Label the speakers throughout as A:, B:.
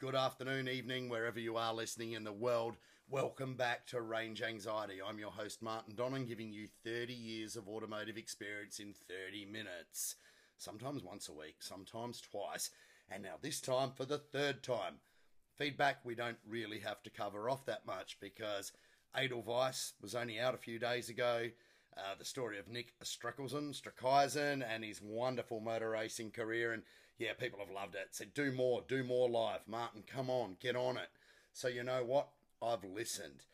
A: Good afternoon, evening, wherever you are listening in the world. Welcome back to Range Anxiety. I'm your host, Martin Donnan, giving you 30 years of automotive experience in 30 minutes. Sometimes once a week, sometimes twice, and now this time for the third time. Feedback we don't really have to cover off that much because Edelweiss was only out a few days ago. Uh, the story of Nick Struckelson, Strakaizen, and his wonderful motor racing career. And yeah, people have loved it. Said, do more, do more live. Martin, come on, get on it. So, you know what? I've listened.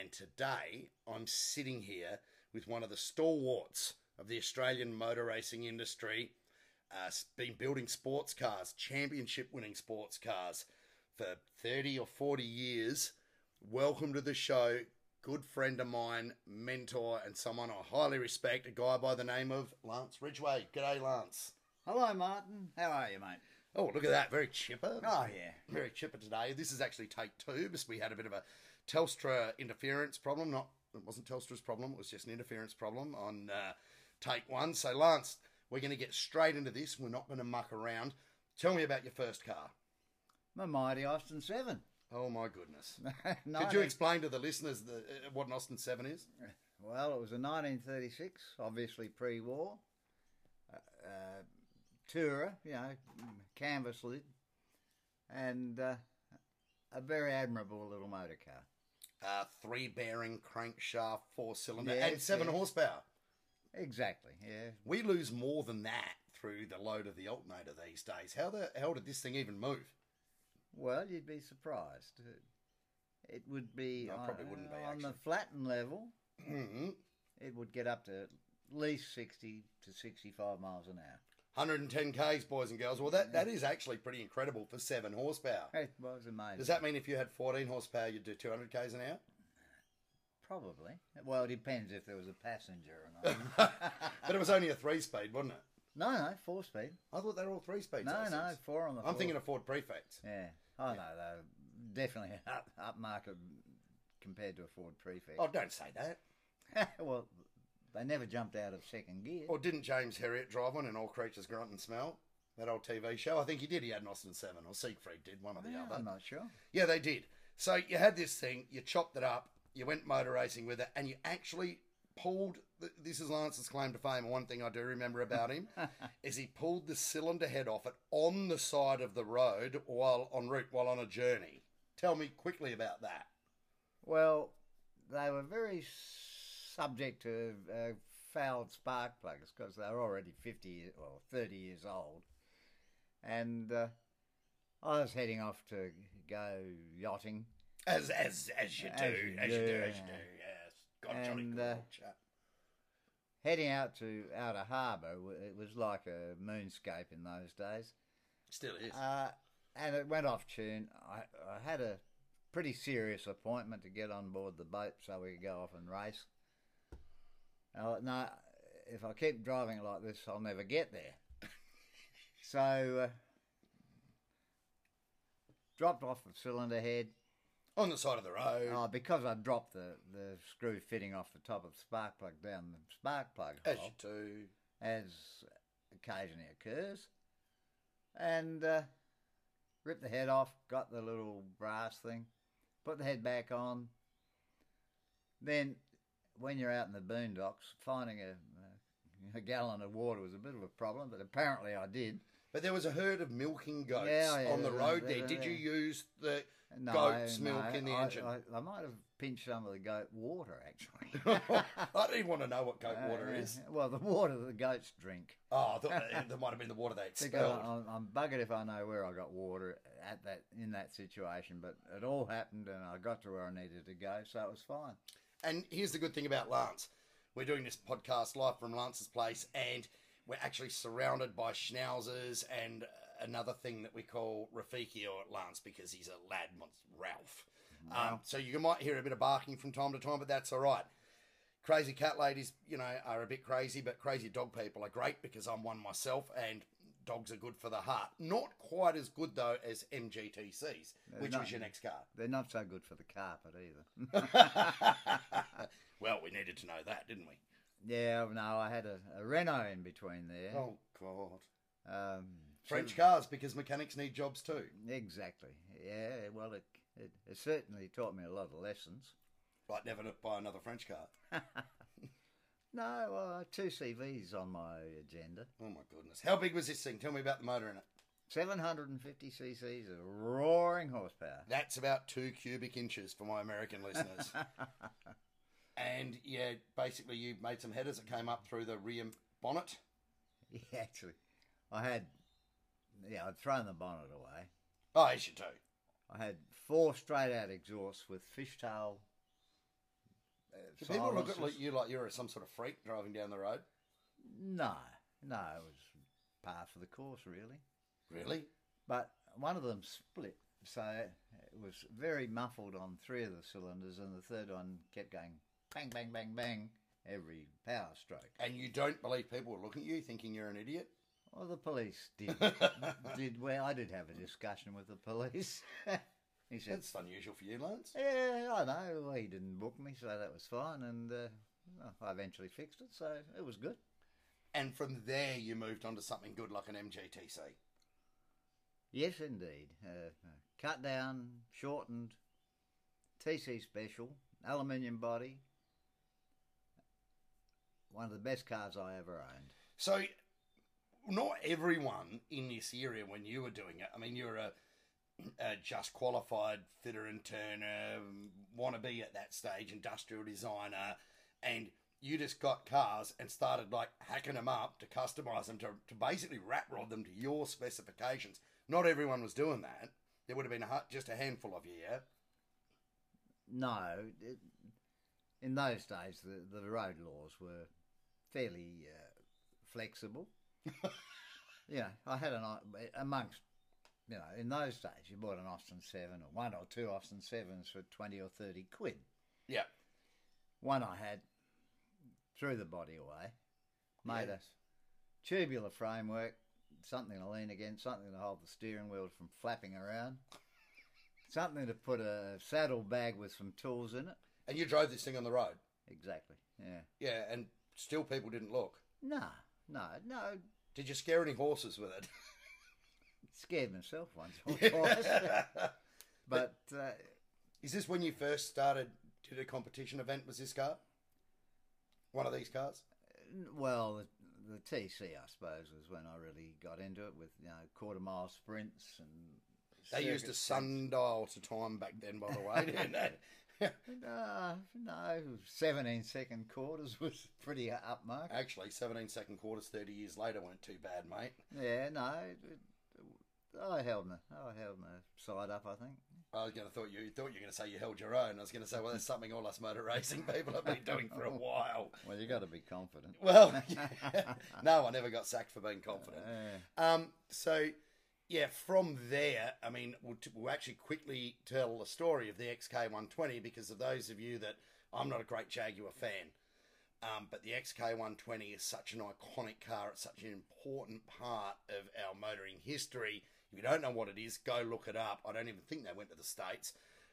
A: And today I'm sitting here with one of the stalwarts of the Australian motor racing industry. Uh, s- been building sports cars, championship winning sports cars for 30 or 40 years. Welcome to the show. Good friend of mine, mentor, and someone I highly respect, a guy by the name of Lance Ridgway. G'day, Lance.
B: Hello, Martin. How are you, mate?
A: Oh, look at that. Very chipper.
B: Oh, yeah.
A: Very chipper today. This is actually take two because we had a bit of a Telstra interference problem. Not it wasn't Telstra's problem. It was just an interference problem on uh, take one. So Lance, we're going to get straight into this. We're not going to muck around. Tell me about your first car.
B: My mighty Austin 7.
A: Oh my goodness! Could you
B: Nineteen-
A: explain to the listeners the, uh, what an Austin Seven is?
B: well, it was a 1936, obviously pre war. Uh, uh, tourer, you know, canvas lid. And uh, a very admirable little motor car.
A: Uh, three bearing crankshaft, four cylinder,
B: Yes,
A: and seven
B: yes.
A: horsepower.
B: Exactly, yeah.
A: We lose more than that through the load of the alternator these days. How the hell did this thing even move?
B: Well, you'd be surprised. It would be,
A: No, it
B: on,
A: probably wouldn't be,
B: on the
A: actually.
B: flattened level,
A: Mhm.
B: it would get up to at least 60 to 65 miles an hour.
A: 110 k's, boys and girls. Well, that, that is actually pretty incredible for seven horsepower.
B: It was amazing.
A: Does that mean if you had 14 horsepower, you'd do 200 k's an hour?
B: Probably. Well, it depends if there was a passenger or not.
A: But it was only a three-speed, wasn't it?
B: no, no, four speed.
A: I thought they were all three-speeds.
B: No,
A: I
B: no,
A: said.
B: four on the.
A: I'm
B: floor.
A: thinking of Ford Prefects.
B: Yeah. Oh no, they're definitely up upmarket compared to a Ford Prefect.
A: Oh, don't say that.
B: well, they never jumped out of second gear.
A: Oh. Or didn't James Herriot drive one in All Creatures Grunt and Smell? That old TV show? I think he did. He had an Austin 7, or Siegfried did, one or the
B: Yeah,
A: other.
B: I'm not sure.
A: Yeah, they did. So you had this thing, you chopped it up, you went motor racing with it, and you actually pulled. The, this is Lance's claim to fame. and One thing I do remember about him is he pulled the cylinder head off it on the side of the road while en route, while on a journey. Tell me quickly about that.
B: Well, they were very subject to uh, fouled spark plugs because they were already 50 years- or 30 years old. And uh, I was heading off to go yachting.
A: As as as you do, as you do, as you do, yes. God, Johnny,
B: And,
A: good
B: uh,
A: old chap.
B: heading out to outer harbour w- it was like a moonscape in those days
A: Still is.
B: uh, and it went off tune I, I had a pretty serious appointment to get on board the boat so we could go off and race I thought, no if i keep driving like this i'll never get there so uh, dropped off the cylinder head
A: on the side of the road.
B: oh, because i dropped the, the screw fitting off the top of the spark plug down the spark plug
A: as
B: hole
A: you do.
B: as occasionally occurs, and uh, ripped the head off, got the little brass thing, put the head back on. Then, when you're out in the boondocks, finding a, a gallon of water was a bit of a problem, but apparently I did.
A: But there was a herd of milking goats
B: Yeah, yeah,
A: on the
B: yeah,
A: road
B: yeah,
A: there.
B: yeah,
A: Did you
B: yeah.
A: use the
B: No,
A: goat's
B: no,
A: milk in the
B: I,
A: engine?
B: I, I might have pinched some of the goat water, actually.
A: I don't even want to know what goat water
B: Uh,
A: is.
B: Well, the water that the goats drink.
A: Oh, I thought that, that might have been the water they
B: Because
A: expelled.
B: I'm, I'm buggered if I know where I got water at that in that situation, but it all happened and I got to where I needed to go, so it was fine.
A: And here's the good thing about Lance. We're doing this podcast live from Lance's place, and we're actually surrounded by schnauzers and uh, another thing that we call Rafiki or Lance because he's a lad, Ralph. Um, so you might hear a bit of barking from time to time, but that's all right. Crazy cat ladies, you know, are a bit crazy, but crazy dog people are great because I'm one myself, and dogs are good for the heart. Not quite as good though as MGTCs, which
B: no.
A: was your next car.
B: They're not so good for the carpet either.
A: well, we needed to know that, didn't we?
B: yeah, no, I had a, a Renault in between there.
A: Oh God.
B: Um,
A: French cars because mechanics need jobs too.
B: Exactly. Yeah. Well, it, it, it certainly taught me a lot of lessons.
A: Right, never to buy another French car.
B: No, well, I have two CVs on my agenda.
A: Oh my goodness. How big was this thing? Tell me about the motor in it.
B: 750 cc's of roaring horsepower.
A: That's about two cubic inches for my American listeners. and yeah, basically you made some headers that came up through the rear bonnet.
B: yeah, actually, I had, yeah, I'd thrown the bonnet away.
A: Oh, you should too.
B: I had four straight out exhausts with fishtail. Uh,
A: Do people look at
B: silencers.
A: like you like you're some sort of freak driving down the road?
B: No, no, it was par for the course, really.
A: Really?
B: But one of them split, so it was very muffled on three of the cylinders, and the third one kept going bang, bang, bang, bang every power stroke.
A: And you don't believe people were looking at you thinking you're an idiot?
B: Well, the police did. did well, I did have a discussion with the police. he said,
A: That's unusual for you, Lance.
B: "Yeah, I know. Well, he didn't book me, so that was fine." And uh, well, I eventually fixed it, so it was good.
A: And from there you moved on to something good like an MGTC.
B: Yes, indeed. Uh, cut down, shortened, TC special, aluminium body. One of the best cars I ever owned.
A: So, not everyone in this area when you were doing it. I mean, you were a, a just qualified fitter and turner, wannabe at that stage, industrial designer, and you just got cars and started like hacking them up to customize them to, to basically rat rod them to your specifications. Not everyone was doing that. There would have been a, hu- just a handful of you, yeah?
B: No, it, in those days the, the road laws were fairly uh, flexible. yeah, I had an I- amongst you know in those days you bought an Austin Seven or one or two Austin Sevens for twenty or thirty quid.
A: Yeah.
B: One I had threw the body away, made
A: Yes.
B: a tubular framework, something to lean against, something to hold the steering wheel from flapping around, something to put a saddle bag with some tools in it.
A: And you drove this thing on the road.
B: Exactly. Yeah.
A: Yeah, and still people didn't look.
B: No, no, no.
A: Did you scare any horses with it?
B: Scared myself once or twice, but uh,
A: Is this when you first started did a competition event? Was this car one of these cars?
B: well, the, the TC I suppose was when I really got into it with you know quarter mile sprints and.
A: They used a
B: circuit
A: sundial to time back then, by the way, didn't they?
B: sprints. No, no, seventeen second quarters was pretty upmarket.
A: Actually, 17 second quarters 30 years later weren't too bad, mate.
B: Yeah, no, it, it- I held my, I held my side up. I think.
A: I was going to thought you thought you were going to say you held your own. I was going to say, well, that's something all us motor racing people have been doing for a while.
B: Well, you got to be confident.
A: Well, no, I never got sacked for being confident.
B: Yeah.
A: Um, so, yeah, from there, I mean, we'll, t- we'll actually quickly tell the story of the XK120 because of those of you that I'm not a great Jaguar fan, um, but the XK120 is such an iconic car. It's such an important part of our motoring history. If you don't know what it is, go look it up. I don't even think they went to the States.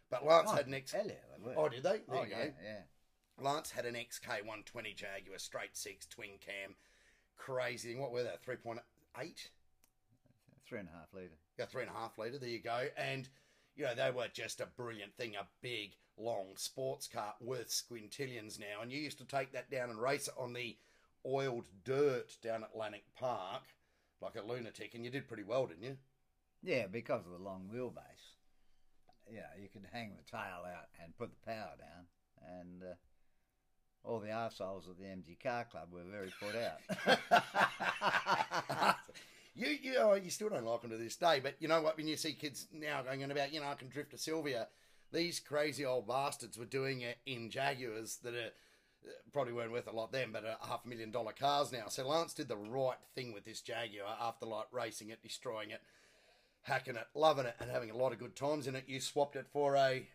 A: But Lance
B: Oh,
A: had an X.
B: hell yeah, they were.
A: Oh, did they? There
B: Oh,
A: you
B: yeah,
A: go.
B: yeah.
A: Lance had an XK120 Jaguar, straight six, twin cam. Crazy thing. What were that? 3.8?
B: Three and a half litre.
A: Yeah, three and a half litre. There you go. And, you know, they were just a brilliant thing, a big, long sports car worth squintillions now. And you used to take that down and race it on the oiled dirt down Atlantic Park like a lunatic. And you did pretty well, didn't you?
B: Yeah, because of the long wheelbase. You know, you could hang the tail out and put the power down, and uh, all the arseholes of the MG Car Club were very put out.
A: You, you, oh, you still don't like them to this day, but you know what? When you see kids now going on about, you know, I can drift to Sylvia, these crazy old bastards were doing it in Jaguars that are uh, probably weren't worth a lot then, but are half a million dollar cars now. So Lance did the right thing with this Jaguar after like racing it, destroying it, hacking it, loving it, and having a lot of good times in it. You swapped it for a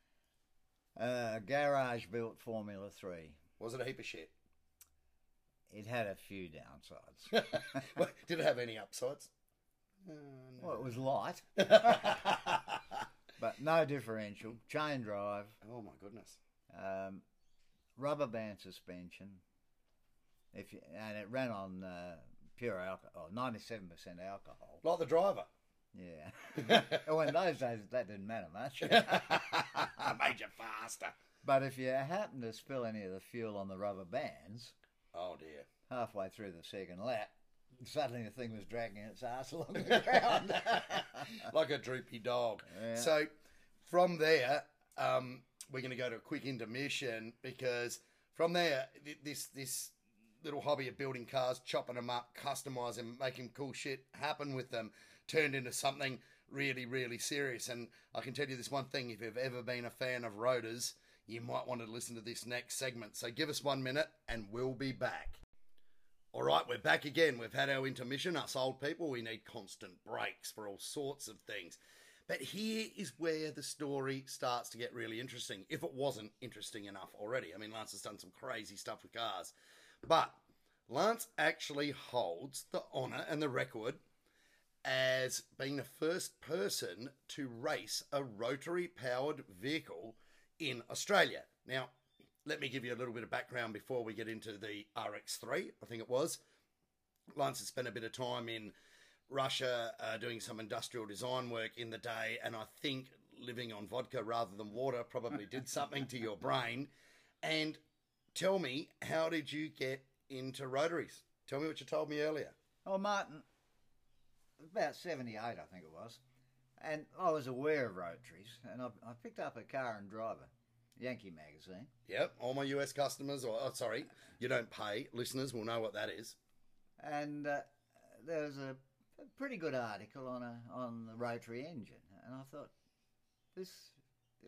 B: uh, garage built Formula Three.
A: was it a heap of shit?
B: It had a few downsides.
A: Well, did it have any upsides? Uh,
B: Well, it was light, but no differential, chain drive,
A: oh my goodness!
B: um, rubber band suspension. If you, and it ran on uh, pure alcohol, ninety-seven percent alcohol.
A: Like the driver.
B: Yeah.
A: Made
B: well, in those days, that didn't matter much.
A: you faster.
B: but if you happen to spill any of the fuel on the rubber bands
A: Oh dear.
B: halfway through the second lap, suddenly the thing was dragging its ass along the ground.
A: like a droopy dog.
B: Yeah.
A: So from there, um, we're going to go to a quick intermission because from there, th- this this little hobby of building cars, chopping them up, customizing, 'em, making cool shit happen with them, turned into something really, really serious. And I can tell you this one thing: if you've ever been a fan of rotors, you might want to listen to this next segment. So give us one minute, and we'll be back. All right, we're back again. We've had our intermission. Us old people, we need constant breaks for all sorts of things. But here is where the story starts to get really interesting, if it wasn't interesting enough already. I mean, Lance has done some crazy stuff with cars. But Lance actually holds the honour and the record as being the first person to race a rotary powered vehicle in Australia. Now, let me give you a little bit of background before we get into the RX3, I think it was. Lance had spent a bit of time in Russia uh, doing some industrial design work in the day, and I think living on vodka rather than water probably did something to your brain. And tell me, how did you get into rotaries? Tell me what you told me earlier.
B: Well, Martin, about 78, I think it was, and I was aware of rotaries, and I, I picked up a car and driver, Yankee magazine.
A: Yep, all my US customers, or oh, sorry, you don't pay listeners will know what that is.
B: and uh, there was a, a pretty good article on a, on the rotary engine, and I thought this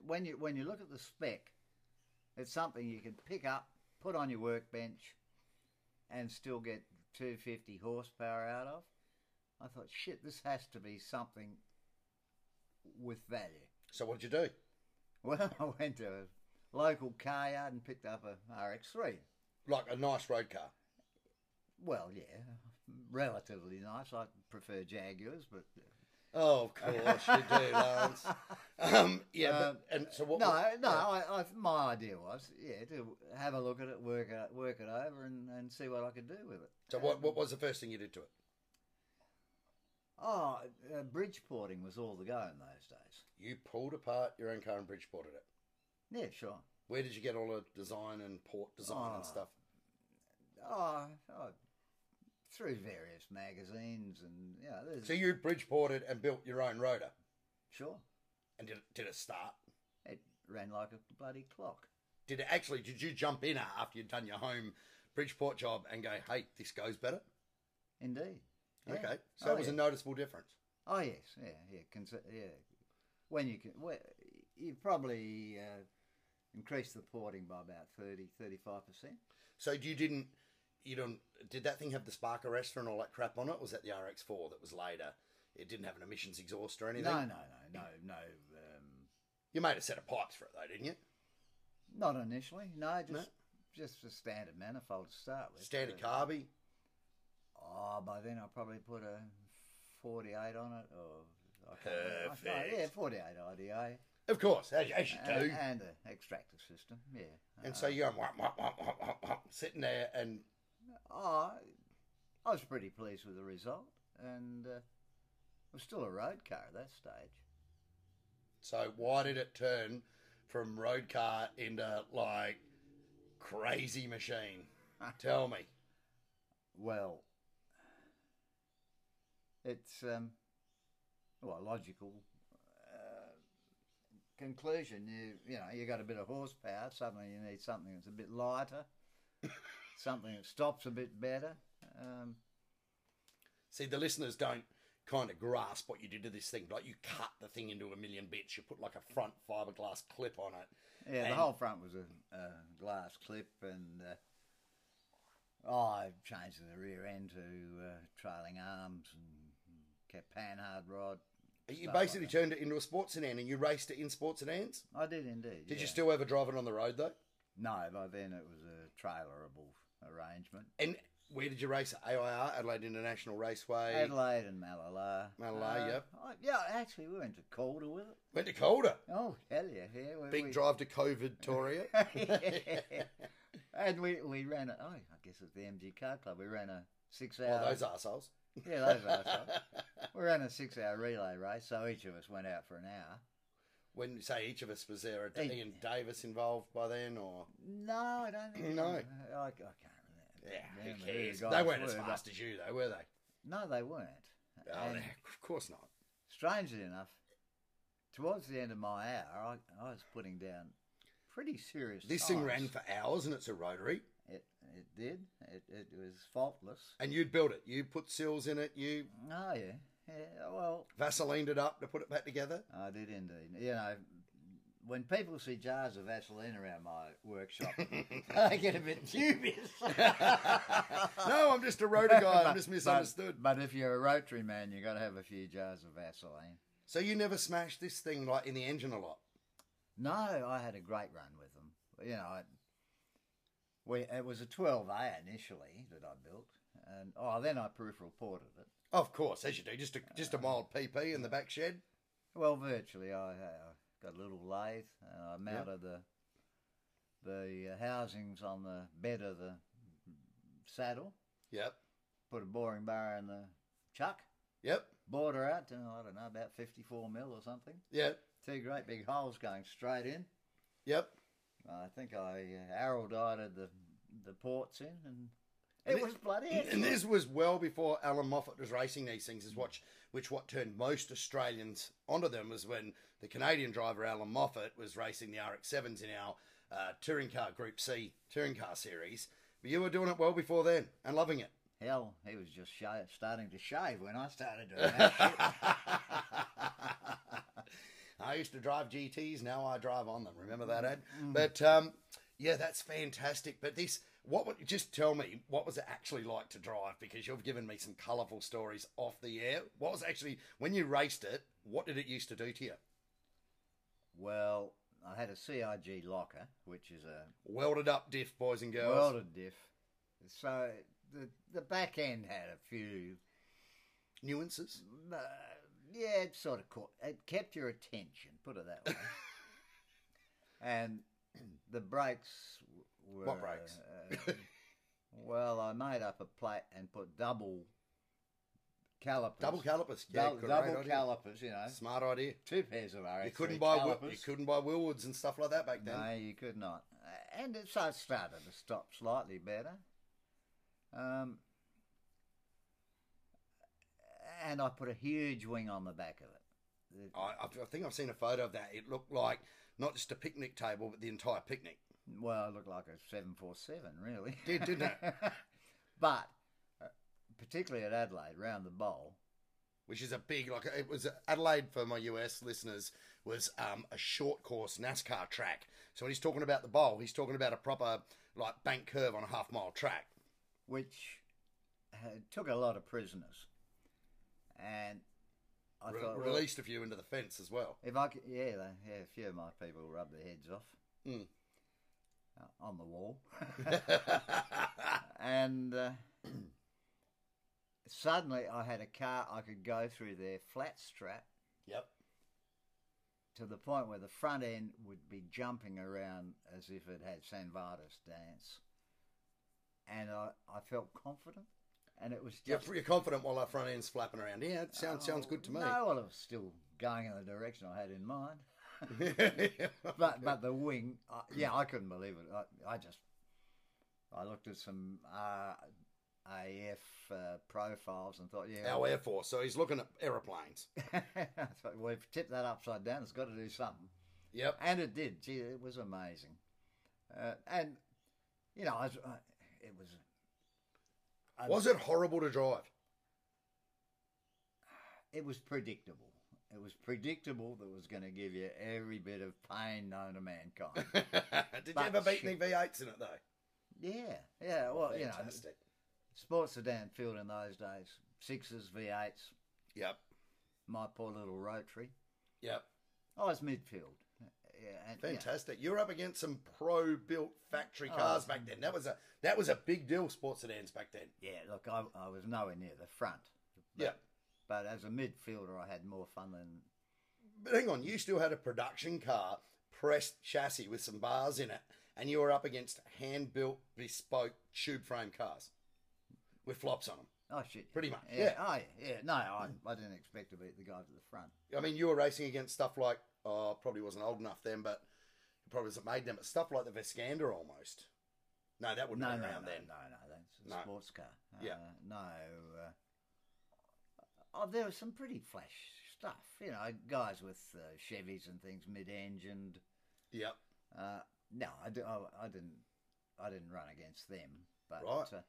B: when you when you look at the spec, it's something you can pick up, put on your workbench, and still get 250 horsepower out of. I thought, shit, this has to be something with value.
A: So what did you do?
B: Well, I went to a local car yard and picked up a RX3.
A: Like a nice road car.
B: Well, yeah, relatively nice. I prefer Jaguars, but
A: Oh, of course you do, Lance. Um, yeah,
B: Um,
A: but, and so what?
B: no,
A: what-
B: no.
A: yeah.
B: I, I, my idea was, yeah, to have a look at it, work it, work it over, and, and see what I could do with it.
A: So what? What was the first thing you did to it?
B: Oh, uh, bridge porting was all the go in those days.
A: You pulled apart your own car and bridgeported it.
B: Yeah, sure.
A: Where did you get all the design and port design
B: Oh.
A: and stuff?
B: Oh, oh, through various magazines and you know, there's,
A: So you bridgeported and built your own rotor,
B: sure,
A: and did it, did it start?
B: it ran like a bloody clock.
A: Did it actually? Did you jump in after you'd done your home bridgeport job and go, "Hey, this goes better"?
B: Indeed. Yeah.
A: Okay, so
B: Oh,
A: it was
B: yeah.
A: a noticeable difference.
B: Oh yes, yeah, yeah, consi- yeah. When you can, well, you probably uh, increase the porting by about 30, 35 percent.
A: So you didn't, you don't. Did that thing have the spark arrestor and all that crap on it? Or was that the RX4 that was later? It didn't have an emissions exhaust or anything.
B: No, no, no, no, no. Um,
A: You made a set of pipes for it though, didn't you?
B: not initially. No, just just a standard manifold to start with.
A: Standard
B: But-
A: carby.
B: Oh, by then I probably put a forty-eight on it, or I can't remember. I can't-
A: Perfect.
B: yeah, forty-eight IDA,
A: Of course, as, as you do.
B: and, and an extractor system. Yeah.
A: And so
B: Uh,
A: you're going, womp, womp, womp, womp, womp, womp, sitting there, and
B: Oh, I was pretty pleased with the result, and uh, it was still a road car at that stage.
A: so why did it turn from road car into like crazy machine? Tell me.
B: Well, it's um, well, a logical uh, conclusion. You you know you got a bit of horsepower. Suddenly you need something that's a bit lighter, something that stops a bit better. Um,
A: See, the listeners don't kind of grasp what you did to this thing. Like you cut the thing into a million bits. You put like a front fiberglass clip on it.
B: yeah,
A: And-
B: the whole front was a, a glass clip, and uh, oh, I changed the rear end to uh, trailing arms and kept panhard rod.
A: You
B: Stuff like
A: basically
B: that.
A: turned it into a sports sedan, and you raced it in sports sedans.
B: I did indeed.
A: Did you
B: yeah.
A: still ever drive it on the road though?
B: No, by then it was a trailerable arrangement.
A: And where did you race it? AIR, Adelaide International Raceway.
B: Adelaide and Malala. Uh,
A: Malala, yep.
B: I, yeah, actually, we went to Calder with it.
A: Went to Calder.
B: Oh, hell yeah. yeah we,
A: Big
B: we,
A: drive to COVID, Toria.
B: and we, we ran a, oh, I guess it was the MG Car Club. We ran a Six
A: Oh,
B: hours.
A: those assholes.
B: yeah, those are. so- We ran a six-hour relay race, so each of us went out for an hour.
A: when you say each of us was there, are
B: Each-
A: Ian Davis involved by then, or
B: No, I don't think.
A: No.
B: I, I can't remember.
A: yeah,
B: remember
A: who
B: who the
A: cares? They
B: guys
A: weren't as
B: were, but-
A: fast as you, though, were they?
B: No, they weren't.
A: Oh,
B: And
A: no, of course not.
B: strangely enough, towards the end of my hour, I, I was putting down pretty serious.
A: This thing
B: times.
A: ran for hours, and it's a rotary.
B: It, it did. It, it was faultless.
A: And you'd built it. You put seals in it. You
B: Oh yeah, yeah. Well,
A: vaselined it up to put it back together.
B: I did indeed. You know, when people see jars of Vaseline around my workshop, they get a bit dubious.
A: no, I'm just a rotor guy. I'm just
B: But-
A: misunderstood.
B: But, but if you're a rotary man, you got to have a few jars of Vaseline.
A: So you never smashed this thing like in the engine a lot.
B: No, I had a great run with them. You know, I, we it was a 12A initially that I built, and oh, then I peripheral ported it.
A: Of course, as you do, just a just a mild PP in the back shed.
B: Well, virtually, I, uh got a little lathe and I mounted the the uh, housings on the bed of the saddle.
A: Yep,
B: Put a boring bar in the chuck,
A: yep,
B: bored her out to I don't know about fifty-four mil or something.
A: yep,
B: Two great big holes going straight in.
A: yep.
B: I think I uh, araldided the the ports in, and it
A: thi-
B: was bloody.
A: And
B: excellent.
A: this was well before Alan Moffat was racing these things. Is what which what turned most Australians onto them was when the Canadian driver Alan Moffat was racing the RX-7s in our uh, touring car Group C touring car series. But you were doing it well before then and loving it.
B: Hell, he was just sha starting to shave when I started doing that shit.
A: I used to drive GTs. Now I drive on them. Remember that ad?
B: Mm.
A: But um, yeah, that's fantastic. But this, what would just tell me what was it actually like to drive? Because you've given me some colourful stories off the air. What was actually when you raced it? What did it used to do to you?
B: Well, I had a CIG locker, which is a
A: Welded up diff, boys and girls.
B: World of diff. So the the back end had a few.
A: Nuances.
B: Uh, yeah, it sort of caught, it kept your attention. Put it that way. and the brakes were
A: What brakes?
B: uh, well, I made up a plate and put double calipers.
A: Double calipers. Yeah,
B: Dou-
A: good,
B: double
A: great idea.
B: calipers. You know,
A: Smart idea.
B: two pairs of RX.
A: You couldn't buy Wil-
B: calipers.
A: you couldn't buy Willwoods and stuff like that back then.
B: No, you could not. And it so it started to stop slightly better. Um, and I put a huge wing on the back of it. It-
A: I, I think I've seen a photo of that. It looked like not just a picnic table, but the entire picnic.
B: well, it looked like a 747, really.
A: Did, didn't
B: it? but, uh, particularly at Adelaide, round the bowl,
A: which is a big like it was Adelaide for my US listeners was um, a short course NASCAR track. So when he's talking about the bowl, he's talking about a proper like bank curve on a half mile track.
B: which uh, took a lot of prisoners. And I
A: Re-
B: thought, well,
A: released a few into the fence as well.
B: If I could, yeah, they- yeah, a few of my people rub their heads off
A: Mm.
B: uh, on the wall, and uh, suddenly I had a car I could go through their flat strap
A: yep.
B: to the point where the front end would be jumping around as if it had San Vitus dance, and I, I felt confident, and it was
A: You're,
B: just
A: you're confident while our front end's flapping around. Yeah, it sounds sounds good to me.
B: No, well, it was still going in the direction I had in mind. but but the wing, I, yeah, I couldn't believe it. I, I just I looked at some uh, AF uh, profiles and thought, yeah,
A: Our Air Force, so he's looking at aeroplanes.
B: I thought, we've tipped that upside down. It's got to do something,
A: Yep.
B: and it did. Gee, it was amazing. Uh, and you know, I was, I, it was. I-
A: Was it horrible to drive?
B: It was predictable. It was predictable that it was going to give you every bit of pain known to mankind.
A: Did you
B: But
A: ever beat any
B: shit.
A: V8s in it though?
B: yeah, Oh, yeah. Well, you know,
A: Fantastic.
B: sports sedan field in those days. Sixes, V8s,
A: Yep.
B: my poor little Rotary.
A: Yep.
B: I was midfield. Yeah, and, yeah.
A: Fantastic. You were up against some pro built factory cars
B: Oh.
A: back then. That was a that was a big deal, sports sedans back then.
B: Yeah, look, I, I was nowhere near the front. But,
A: Yeah.
B: But as a midfielder, I had more fun than.
A: But hang on, you still had a production car pressed chassis with some bars in it, and you were up against hand built bespoke tube frame cars. with flops on them.
B: Oh shit!
A: Pretty much,
B: Yeah.
A: yeah.
B: Oh yeah. yeah. No, I, I didn't expect to beat the guy to the front.
A: I mean, you were racing against stuff like, oh, probably wasn't old enough then, but probably wasn't made then, but stuff like the Vescander almost. No, that wouldn't
B: no,
A: have
B: no,
A: been around
B: no,
A: then.
B: no, no. That's a
A: No.
B: sports car. Uh,
A: Yeah.
B: No. Uh, oh, there was some pretty flash stuff. You know, guys with uh, Chevys and things, mid-engined.
A: Yep.
B: Uh, no, I, d- I- I didn't. I didn't run against them, but
A: Right.
B: uh,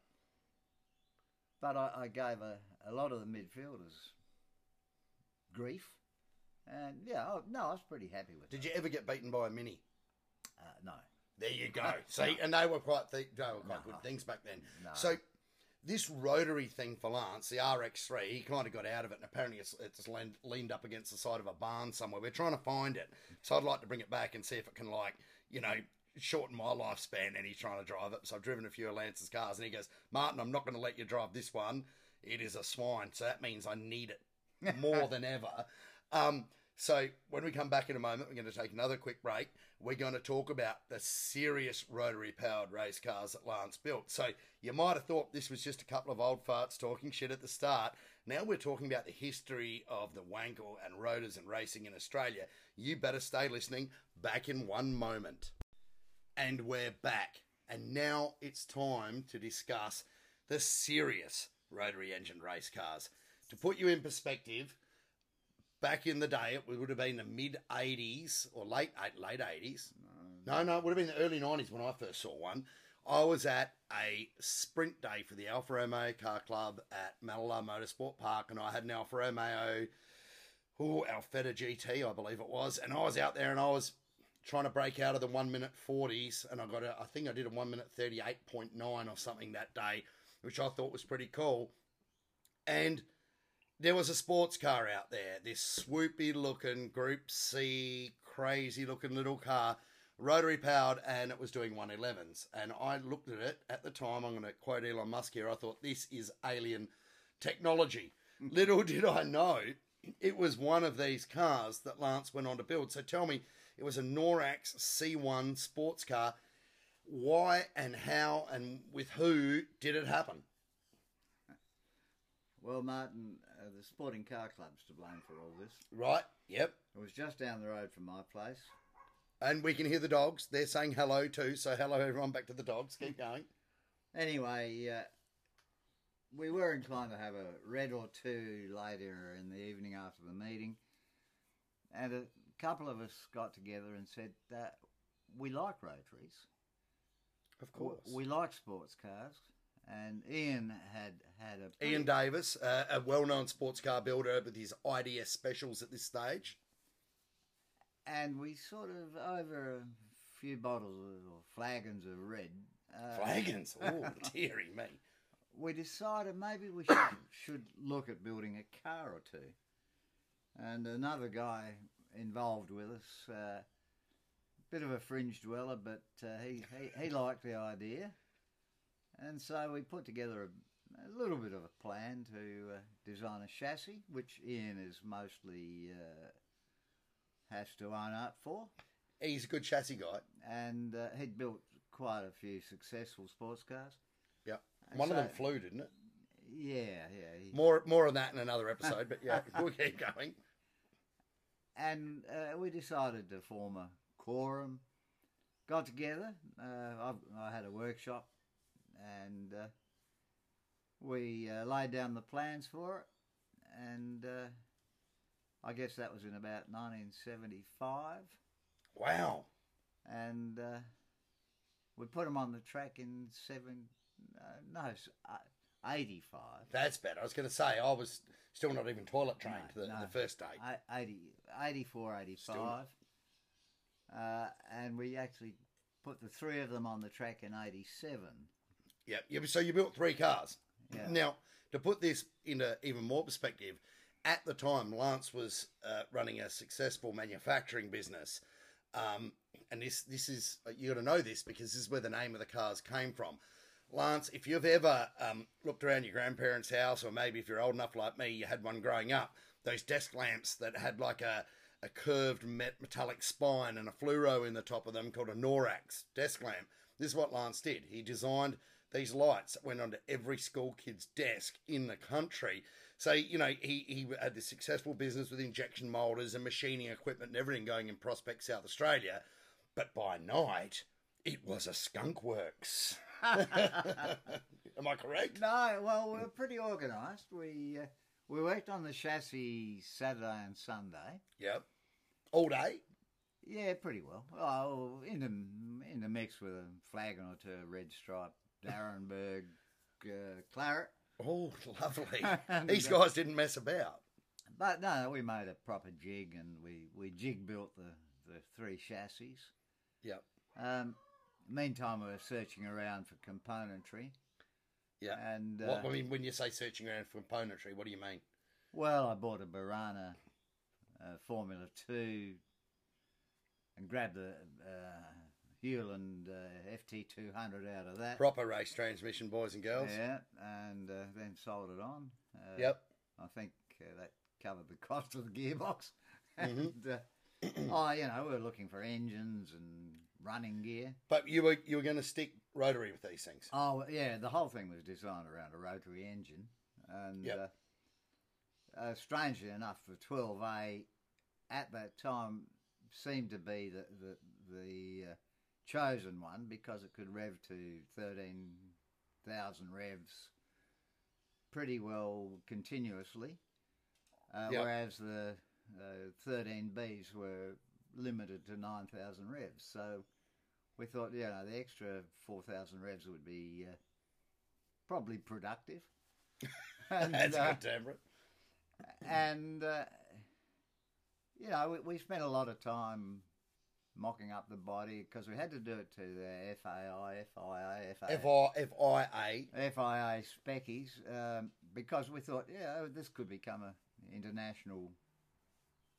B: but I, I gave a, a lot of the midfielders grief, and yeah, I, no, I was pretty happy with.
A: Did
B: them.
A: you ever get beaten by a Mini?
B: Uh, no,
A: There you go. See, and they were quite th- they were quite
B: No.
A: good things back then.
B: no.
A: So this rotary thing for Lance, the RX3, he kind of got out of it, and apparently it's, it's leaned, leaned up against the side of a barn somewhere. We're trying to find it, so I'd like to bring it back and see if it can, like, you know, shorten my lifespan. And he's trying to drive it, so I've driven a few of Lance's cars, and he goes, "Martin, I'm not going to let you drive this one. It is a swine, so that means I need it more than ever." Um, so when we come back in a moment, we're going to take another quick break. We're going to talk about the serious rotary powered race cars that Lance built. So you might have thought this was just a couple of old farts talking shit at the start. Now we're talking about the history of the Wankel and rotors and racing in Australia. You better stay listening. Back in one moment. And we're back. And now it's time to discuss the serious rotary engine race cars. To put you in perspective, back in the day, it would have been the mid 80s or late eight- late 80s. No, no, it would have been the early 90s when I first saw one. I was at a sprint day for the Alfa Romeo Car Club at Malala Motorsport Park, and I had an Alfa Romeo, oh, Alfetta GT, I believe it was. And I was out there and I was trying to break out of the 1 minute 40s, and I got a, I think I did a 1 minute 38.9 or something that day, which I thought was pretty cool. And there was a sports car out there, this swoopy looking Group C, crazy looking little car, rotary powered, and it was doing 111s. And I looked at it at the time. I'm going to quote Elon Musk here. I thought, this is alien technology. little did I know, it was one of these cars that Lance went on to build. So tell me, it was a Norax C1 sports car. Why and how and with who did it happen?
B: well, Martin, uh, the Sporting Car Club's to blame for all this.
A: Right? Yep.
B: It was just down the road from my place.
A: And we can hear the dogs. They're saying hello too. So hello everyone back to the dogs. Keep going.
B: Anyway, uh, we were inclined to have a red or two later in the evening after the meeting, and a couple of us got together and said that we like rotaries.
A: Of
B: W- We like sports cars, and Ian had had a
A: Ian Davis, uh, a well-known sports car builder with his IDS specials at this stage.
B: and we sort of over a few bottles of, or flagons of red. Uh,
A: Flagons. Oh, dearie me.
B: we decided maybe we should, should look at building a car or two. And another guy involved with us, uh, bit of a fringe dweller, but uh, he, he, he liked the idea. And so we put together a, a little bit of a plan to uh, design a chassis, which Ian is mostly uh, has to own up for.
A: He's a good chassis guy.
B: And uh, he'd built quite a few successful sports cars.
A: Yep.
B: And
A: One of
B: so-
A: them flew, didn't it?
B: Yeah, yeah. he-
A: More, more on that in another episode. But yeah, we'll keep going.
B: and uh, we decided to form a quorum. Got together. Uh, I, I had a workshop, and uh, we uh, laid down the plans for it. And uh, I guess that was in about 1975,
A: Wow.
B: and uh, we put them on the track in seven, uh, no, s- uh, 85.
A: That's better. I was going to say I was still not even toilet trained
B: No,
A: the,
B: no.
A: the first day.
B: I- 80, 84, 85.
A: not.
B: Uh, and we actually put the three of them on the track in 87.
A: Yep. Yeah, so you built three cars.
B: Yeah.
A: Now, to put this into even more perspective, at the time, Lance was uh, running a successful manufacturing business. Um, and this, this is, uh, you got to know this because this is where the name of the cars came from. Lance, if you've ever um, looked around your grandparents' house, or maybe if you're old enough like me, you had one growing up, those desk lamps that had like a, a curved met metallic spine and a fluoro in the top of them called a Norax desk lamp. This is what Lance did. He designed These lights went onto every school kid's desk in the country. So, you know, he, he had this successful business with injection molders and machining equipment and everything going in Prospect, South Australia. But by night, it was a skunk works. Am I correct?
B: No, well, we were pretty organised. We uh, we worked on the chassis Saturday and Sunday.
A: Yep. All day?
B: Yeah, pretty well. Oh, in the in the mix with a flagon or two, of red stripe, Darrenberg, uh, claret.
A: Oh, lovely.
B: And,
A: These
B: uh,
A: guys didn't mess about.
B: But no, we made a proper jig and we, we jig built the, the three chassis.
A: Yep.
B: Um, meantime, we were searching around for componentry.
A: Yeah.
B: And uh,
A: What, I mean, when you say searching around for componentry, what do you mean?
B: well, I bought a Barana uh, Formula Two and grabbed the uh, Hewland uh, FT two hundred out of that.
A: Proper race transmission, boys and girls.
B: Yeah, and uh, then sold it on. Uh,
A: Yep.
B: I think uh, that covered the cost of the gearbox.
A: Mhm.
B: And uh, oh, you know, we were looking for engines and running gear.
A: But you were you were going to stick rotary with these things.
B: Oh, yeah, the whole thing was designed around a rotary engine. And
A: Yep.
B: uh, uh, strangely enough, the 12A at that time seemed to be the, the, the uh, chosen one because it could rev to 13,000 revs pretty well continuously. Uh,
A: Yep.
B: Whereas the uh, 13Bs were limited to 9,000 revs. So we thought, you know, the extra 4,000 revs would be uh, probably productive. and,
A: That's
B: uh,
A: good, Tamara.
B: and uh, you know, we, we spent a lot of time mocking up the body because we had to do it to the FAI, FIA,
A: F I F I A.
B: FIA speckies um, because we thought, yeah, oh, this could become an international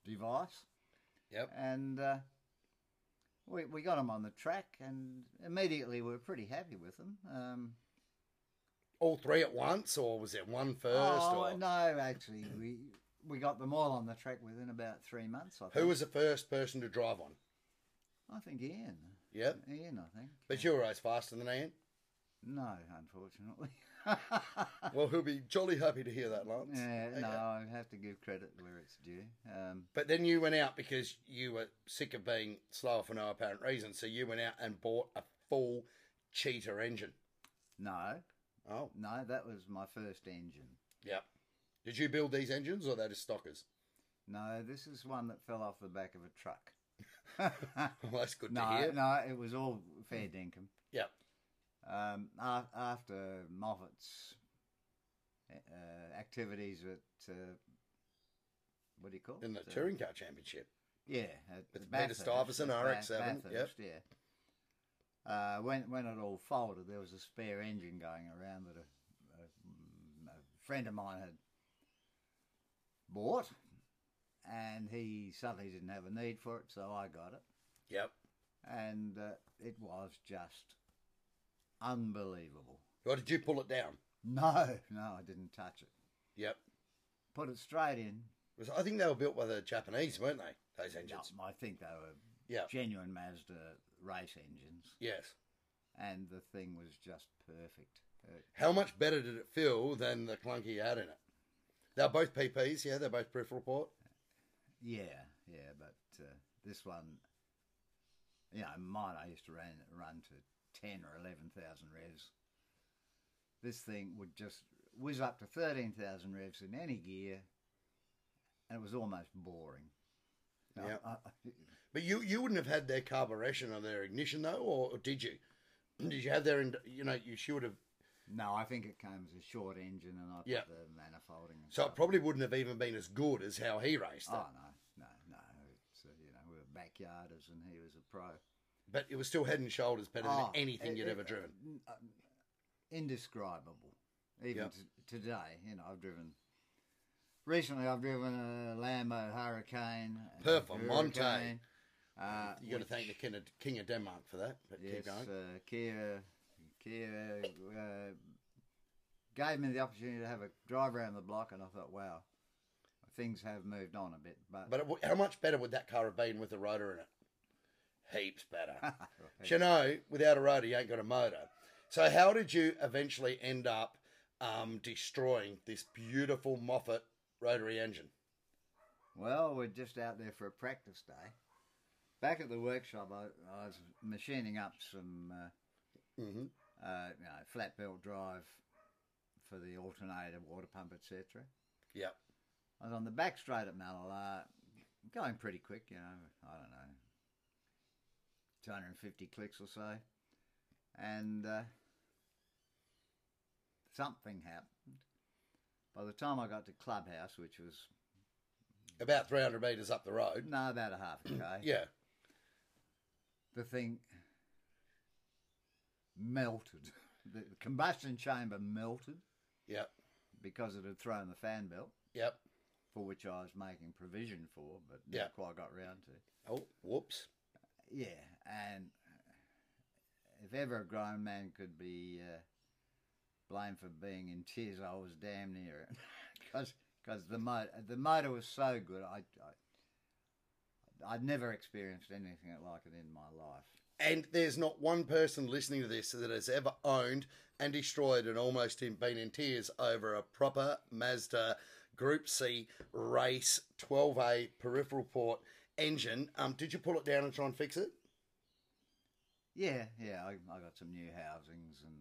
B: device.
A: Yep.
B: And uh, we, we got them on the track and immediately we were pretty happy with them. Um,
A: All three at once, or was it one first?
B: oh,
A: or
B: no, actually, we, we got them all on the track within about three months, I think.
A: who was the first person to drive on?
B: I think Ian.
A: Yep.
B: Ian, I think.
A: But you were always faster than Ian.
B: No, unfortunately.
A: Well, he'll be jolly happy to hear that, Lance.
B: yeah,
A: Okay.
B: no, I have to give credit where it's due. Um,
A: But then you went out because you were sick of being slow for no apparent reason. So you went out and bought a full cheater engine.
B: no,
A: Oh,
B: no, that was my first engine.
A: yep. Did you build these engines or are they just stockers?
B: No, this is one that fell off the back of a truck.
A: Well, that's good to
B: no,
A: hear.
B: no, it was all fair dinkum.
A: Yep.
B: Um, a- after Moffat's uh, activities at uh, what do you call
A: In the
B: it? Uh,
A: touring car championship.
B: Yeah, at
A: With
B: the
A: Peter Stuyvesant,
B: at
A: RX-7,
B: Bathurst, Yeah. Uh, when when it all folded, there was a spare engine going around that a, a, a friend of mine had bought, and he suddenly didn't have a need for it, so I got it,
A: Yep.
B: and uh, it was just unbelievable.
A: Or did you pull it down?
B: No, no, I didn't touch it.
A: Yep.
B: Put it straight in.
A: Was, I think they were built by the Japanese, weren't they? Those engines.
B: I think they were
A: Yeah.
B: genuine Mazda race engines.
A: Yes.
B: and the thing was just perfect. It-
A: How much better did it feel than the clunky you had in it? They're both PPs, yeah, they're both peripheral port.
B: yeah, yeah, but uh, this one, you know, mine I used to run run to ten or eleven thousand revs. This thing would just whiz up to thirteen thousand revs in any gear, and it was almost boring. I-
A: Yeah.
B: I-
A: But you, you wouldn't have had their carburation or their ignition though, or, or did you? Did you have their, ind- you know, you should have.
B: no, I think it came as a short engine, and I put
A: Yeah.
B: the manifolding. And
A: So
B: stuff.
A: it probably wouldn't have even been as good as how he raced it.
B: Oh no, no, no! It's, uh, you know, we were backyarders, and he was a pro.
A: But it was still head and shoulders better
B: Oh,
A: than anything
B: it-
A: you'd
B: it-
A: ever driven.
B: n- uh, Indescribable. Even
A: Yep.
B: t- today, you know, I've driven. Recently, I've driven a Lambo Hurricane. a
A: Performante.
B: Hurricane, Uh,
A: you got to
B: which-
A: thank the king of, king of Denmark for that. But
B: yes,
A: keep going.
B: Uh, Kia, Kia uh, gave me the opportunity to have a drive around the block, and I thought, wow, things have moved on a bit. But,
A: But it, w- how much better would that car have been with a rotor in it? Heaps better. Do you know, without a rotor, you ain't got a motor. So, how did you eventually end up um, destroying this beautiful Moffat rotary engine?
B: Well, we're just out there for a practice day. Back at the workshop, I, I was machining up some uh,
A: hmm
B: uh, you know, flat belt drive for the alternator, water pump, etc.
A: Yep.
B: I was on the back straight at Malala, going pretty quick, you know, I don't know, 250 clicks or so. And uh, something happened. By the time I got to Clubhouse, which was,
A: About 300 metres up the road.
B: no, about a half a K,
A: Yeah.
B: the thing melted. The combustion chamber melted
A: Yep.
B: because it had thrown the fan belt,
A: Yep.
B: for which I was making provision for, but
A: Yeah.
B: never quite got round to.
A: Oh, whoops.
B: Yeah, and if ever a grown man could be uh, blamed for being in tears, I was damn near it. Because the motor, the motor was so good, I, I, I'd never experienced anything like it in my life.
A: And there's not one person listening to this that has ever owned and destroyed and almost in- been in tears over a proper Mazda Group C race 12A peripheral port engine. Um, did you pull it down and try and fix it?
B: Yeah, yeah, I, I got some new housings and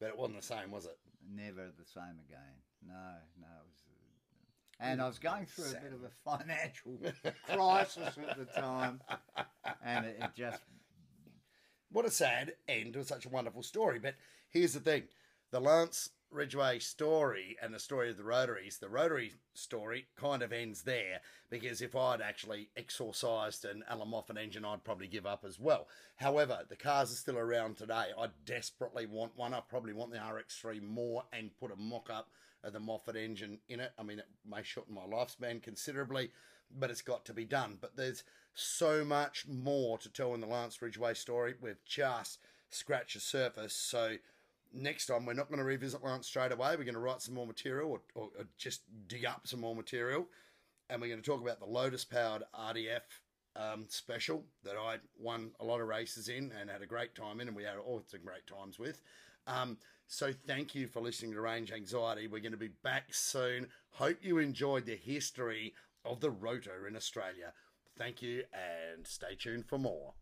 A: But it wasn't the same, was it?
B: never the same again. No, no, it was. uh, And I was going through a bit of a financial crisis at the time, and it, it just
A: What a sad end to such a wonderful story. But here's the thing the Lance Ridgway story and the story of the Rotaries, the Rotary story kind of ends there because if I'd actually exorcised an Alan Moffat engine, I'd probably give up as well. However, the cars are still around today. I desperately want one. I probably want the RX3 more and put a mock up of the Moffat engine in it. I mean, it may shorten my lifespan considerably, but it's got to be done. But there's so much more to tell in the Lance Ridgeway story. We've just scratched the surface. So next time, we're not going to revisit Lance straight away. We're going to write some more material or, or, or just dig up some more material. And we're going to talk about the Lotus powered RDF um, special that I won a lot of races in and had a great time in, and we had all sorts of great times with. Um, so thank you for listening to Range Anxiety. We're going to be back soon. Hope you enjoyed the history of the rotor in Australia. Thank you and stay tuned for more.